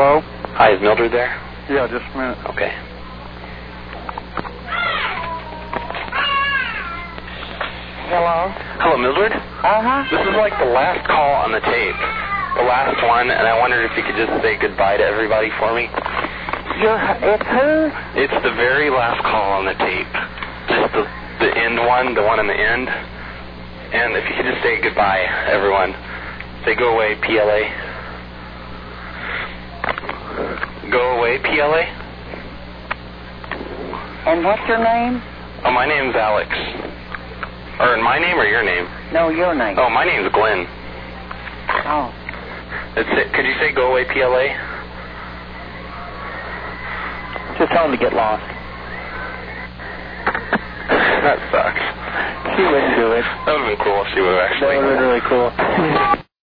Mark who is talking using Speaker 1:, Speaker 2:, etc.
Speaker 1: Hi, is Mildred there?
Speaker 2: Yeah, just a minute.
Speaker 1: Okay.
Speaker 3: Hello?
Speaker 1: Hello, Mildred.
Speaker 3: Uh-huh.
Speaker 1: This is like the last call on the tape, the last one, and I wondered if you could just say goodbye to everybody for me.
Speaker 3: You're, it's who?
Speaker 1: It's the very last call on the tape, just the, the end one, the one in the end. And if you could just say goodbye, everyone. Say go away, PLA. Go away, PLA.
Speaker 3: And what's your name?
Speaker 1: Oh, my name's Alex. Or in my name or your name?
Speaker 3: No, your name.
Speaker 1: Oh, my name's Glenn.
Speaker 3: Oh.
Speaker 1: It's, could you say go away, PLA?
Speaker 2: Just tell him to get lost.
Speaker 1: that sucks.
Speaker 2: She wouldn't do it.
Speaker 1: That would have been cool if she would have
Speaker 2: That would
Speaker 1: actually.
Speaker 2: have been really cool.